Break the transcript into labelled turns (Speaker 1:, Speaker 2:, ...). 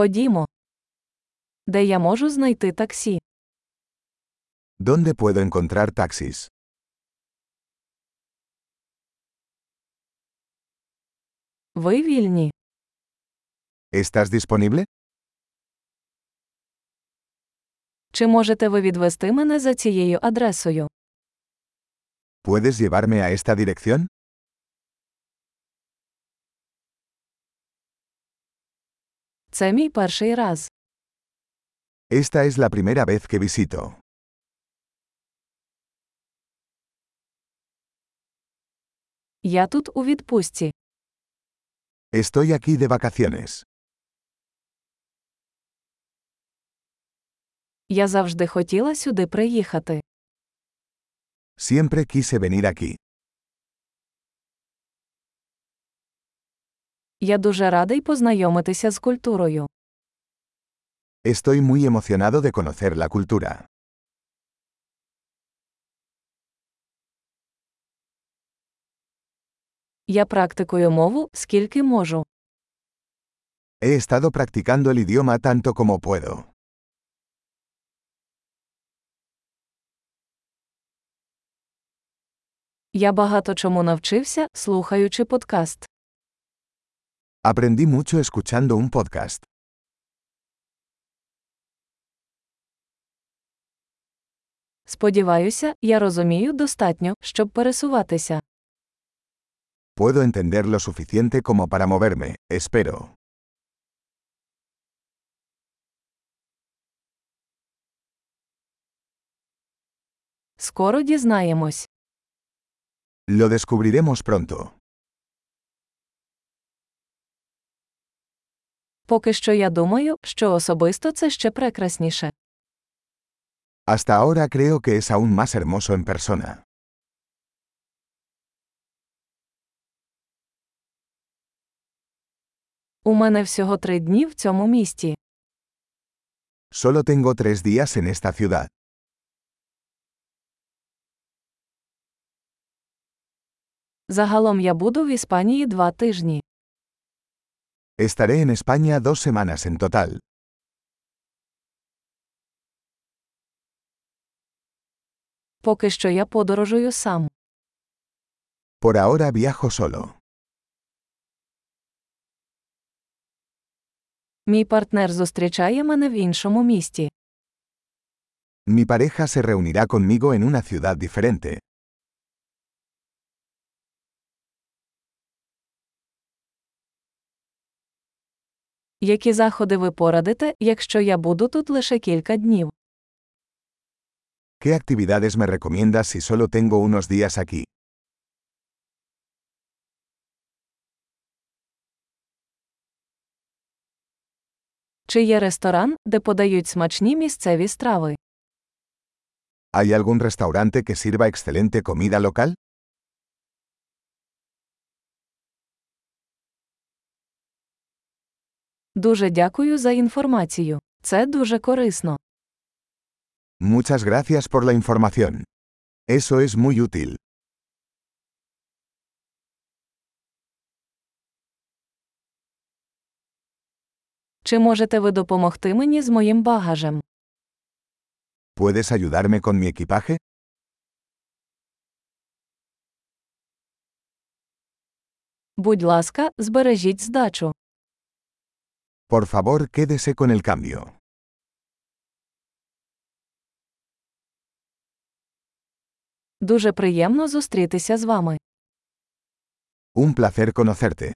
Speaker 1: Ходімо. Де я можу знайти таксі?
Speaker 2: ¿Dónde puedo encontrar taxis?
Speaker 1: Ви вільні?
Speaker 2: ¿Estás disponible?
Speaker 1: Чи можете ви відвести мене за цією адресою?
Speaker 2: ¿Puedes llevarme a esta dirección?
Speaker 1: Це мій перший раз.
Speaker 2: Esta es la primera vez que visito.
Speaker 1: Я тут у відпустці.
Speaker 2: Estoy aquí de vacaciones.
Speaker 1: Я завжди хотіла сюди приїхати.
Speaker 2: Siempre quise venir aquí.
Speaker 1: Я дуже радий познайомитися з культурою.
Speaker 2: Estoy muy emocionado de conocer la cultura.
Speaker 1: Я практикую мову скільки можу.
Speaker 2: He estado practicando el idioma tanto como puedo.
Speaker 1: Я багато чому навчився, слухаючи подкаст.
Speaker 2: Aprendí mucho escuchando un podcast.
Speaker 1: Сподіваюся, я розумію достатньо, щоб пересуватися.
Speaker 2: Puedo entender lo suficiente como para moverme, espero.
Speaker 1: Скоро дізнаємось.
Speaker 2: Lo descubriremos pronto.
Speaker 1: Поки що я думаю, що особисто це ще прекрасніше.
Speaker 2: Hasta ahora creo que es aún más hermoso en persona.
Speaker 1: У мене всього три дні в цьому місті.
Speaker 2: Solo tengo tres días en esta ciudad.
Speaker 1: Загалом я буду в Іспанії два тижні.
Speaker 2: Estaré en España dos semanas en total.
Speaker 1: Поки що я подорожую сам.
Speaker 2: Por ahora viajo solo.
Speaker 1: Мій партнер зустрічає мене в іншому місті.
Speaker 2: Mi pareja se reunirá conmigo en una ciudad diferente.
Speaker 1: Які заходи ви порадите, якщо я буду тут лише кілька днів?
Speaker 2: ¿Qué actividades me recomiendas si solo tengo unos días aquí?
Speaker 1: Чи є ресторан, де подають смачні місцеві страви?
Speaker 2: ¿Hay algún restaurante que sirva excelente comida local?
Speaker 1: Дуже дякую за інформацію. Це дуже корисно.
Speaker 2: Muchas gracias por la información. Eso es muy útil.
Speaker 1: Чи можете ви допомогти мені з моїм багажем?
Speaker 2: ¿Puedes ayudarme con mi equipaje?
Speaker 1: Будь ласка, збережіть здачу.
Speaker 2: Por favor, quédese con el cambio.
Speaker 1: Дуже приємно зустрітися з вами.
Speaker 2: Un placer conocerte.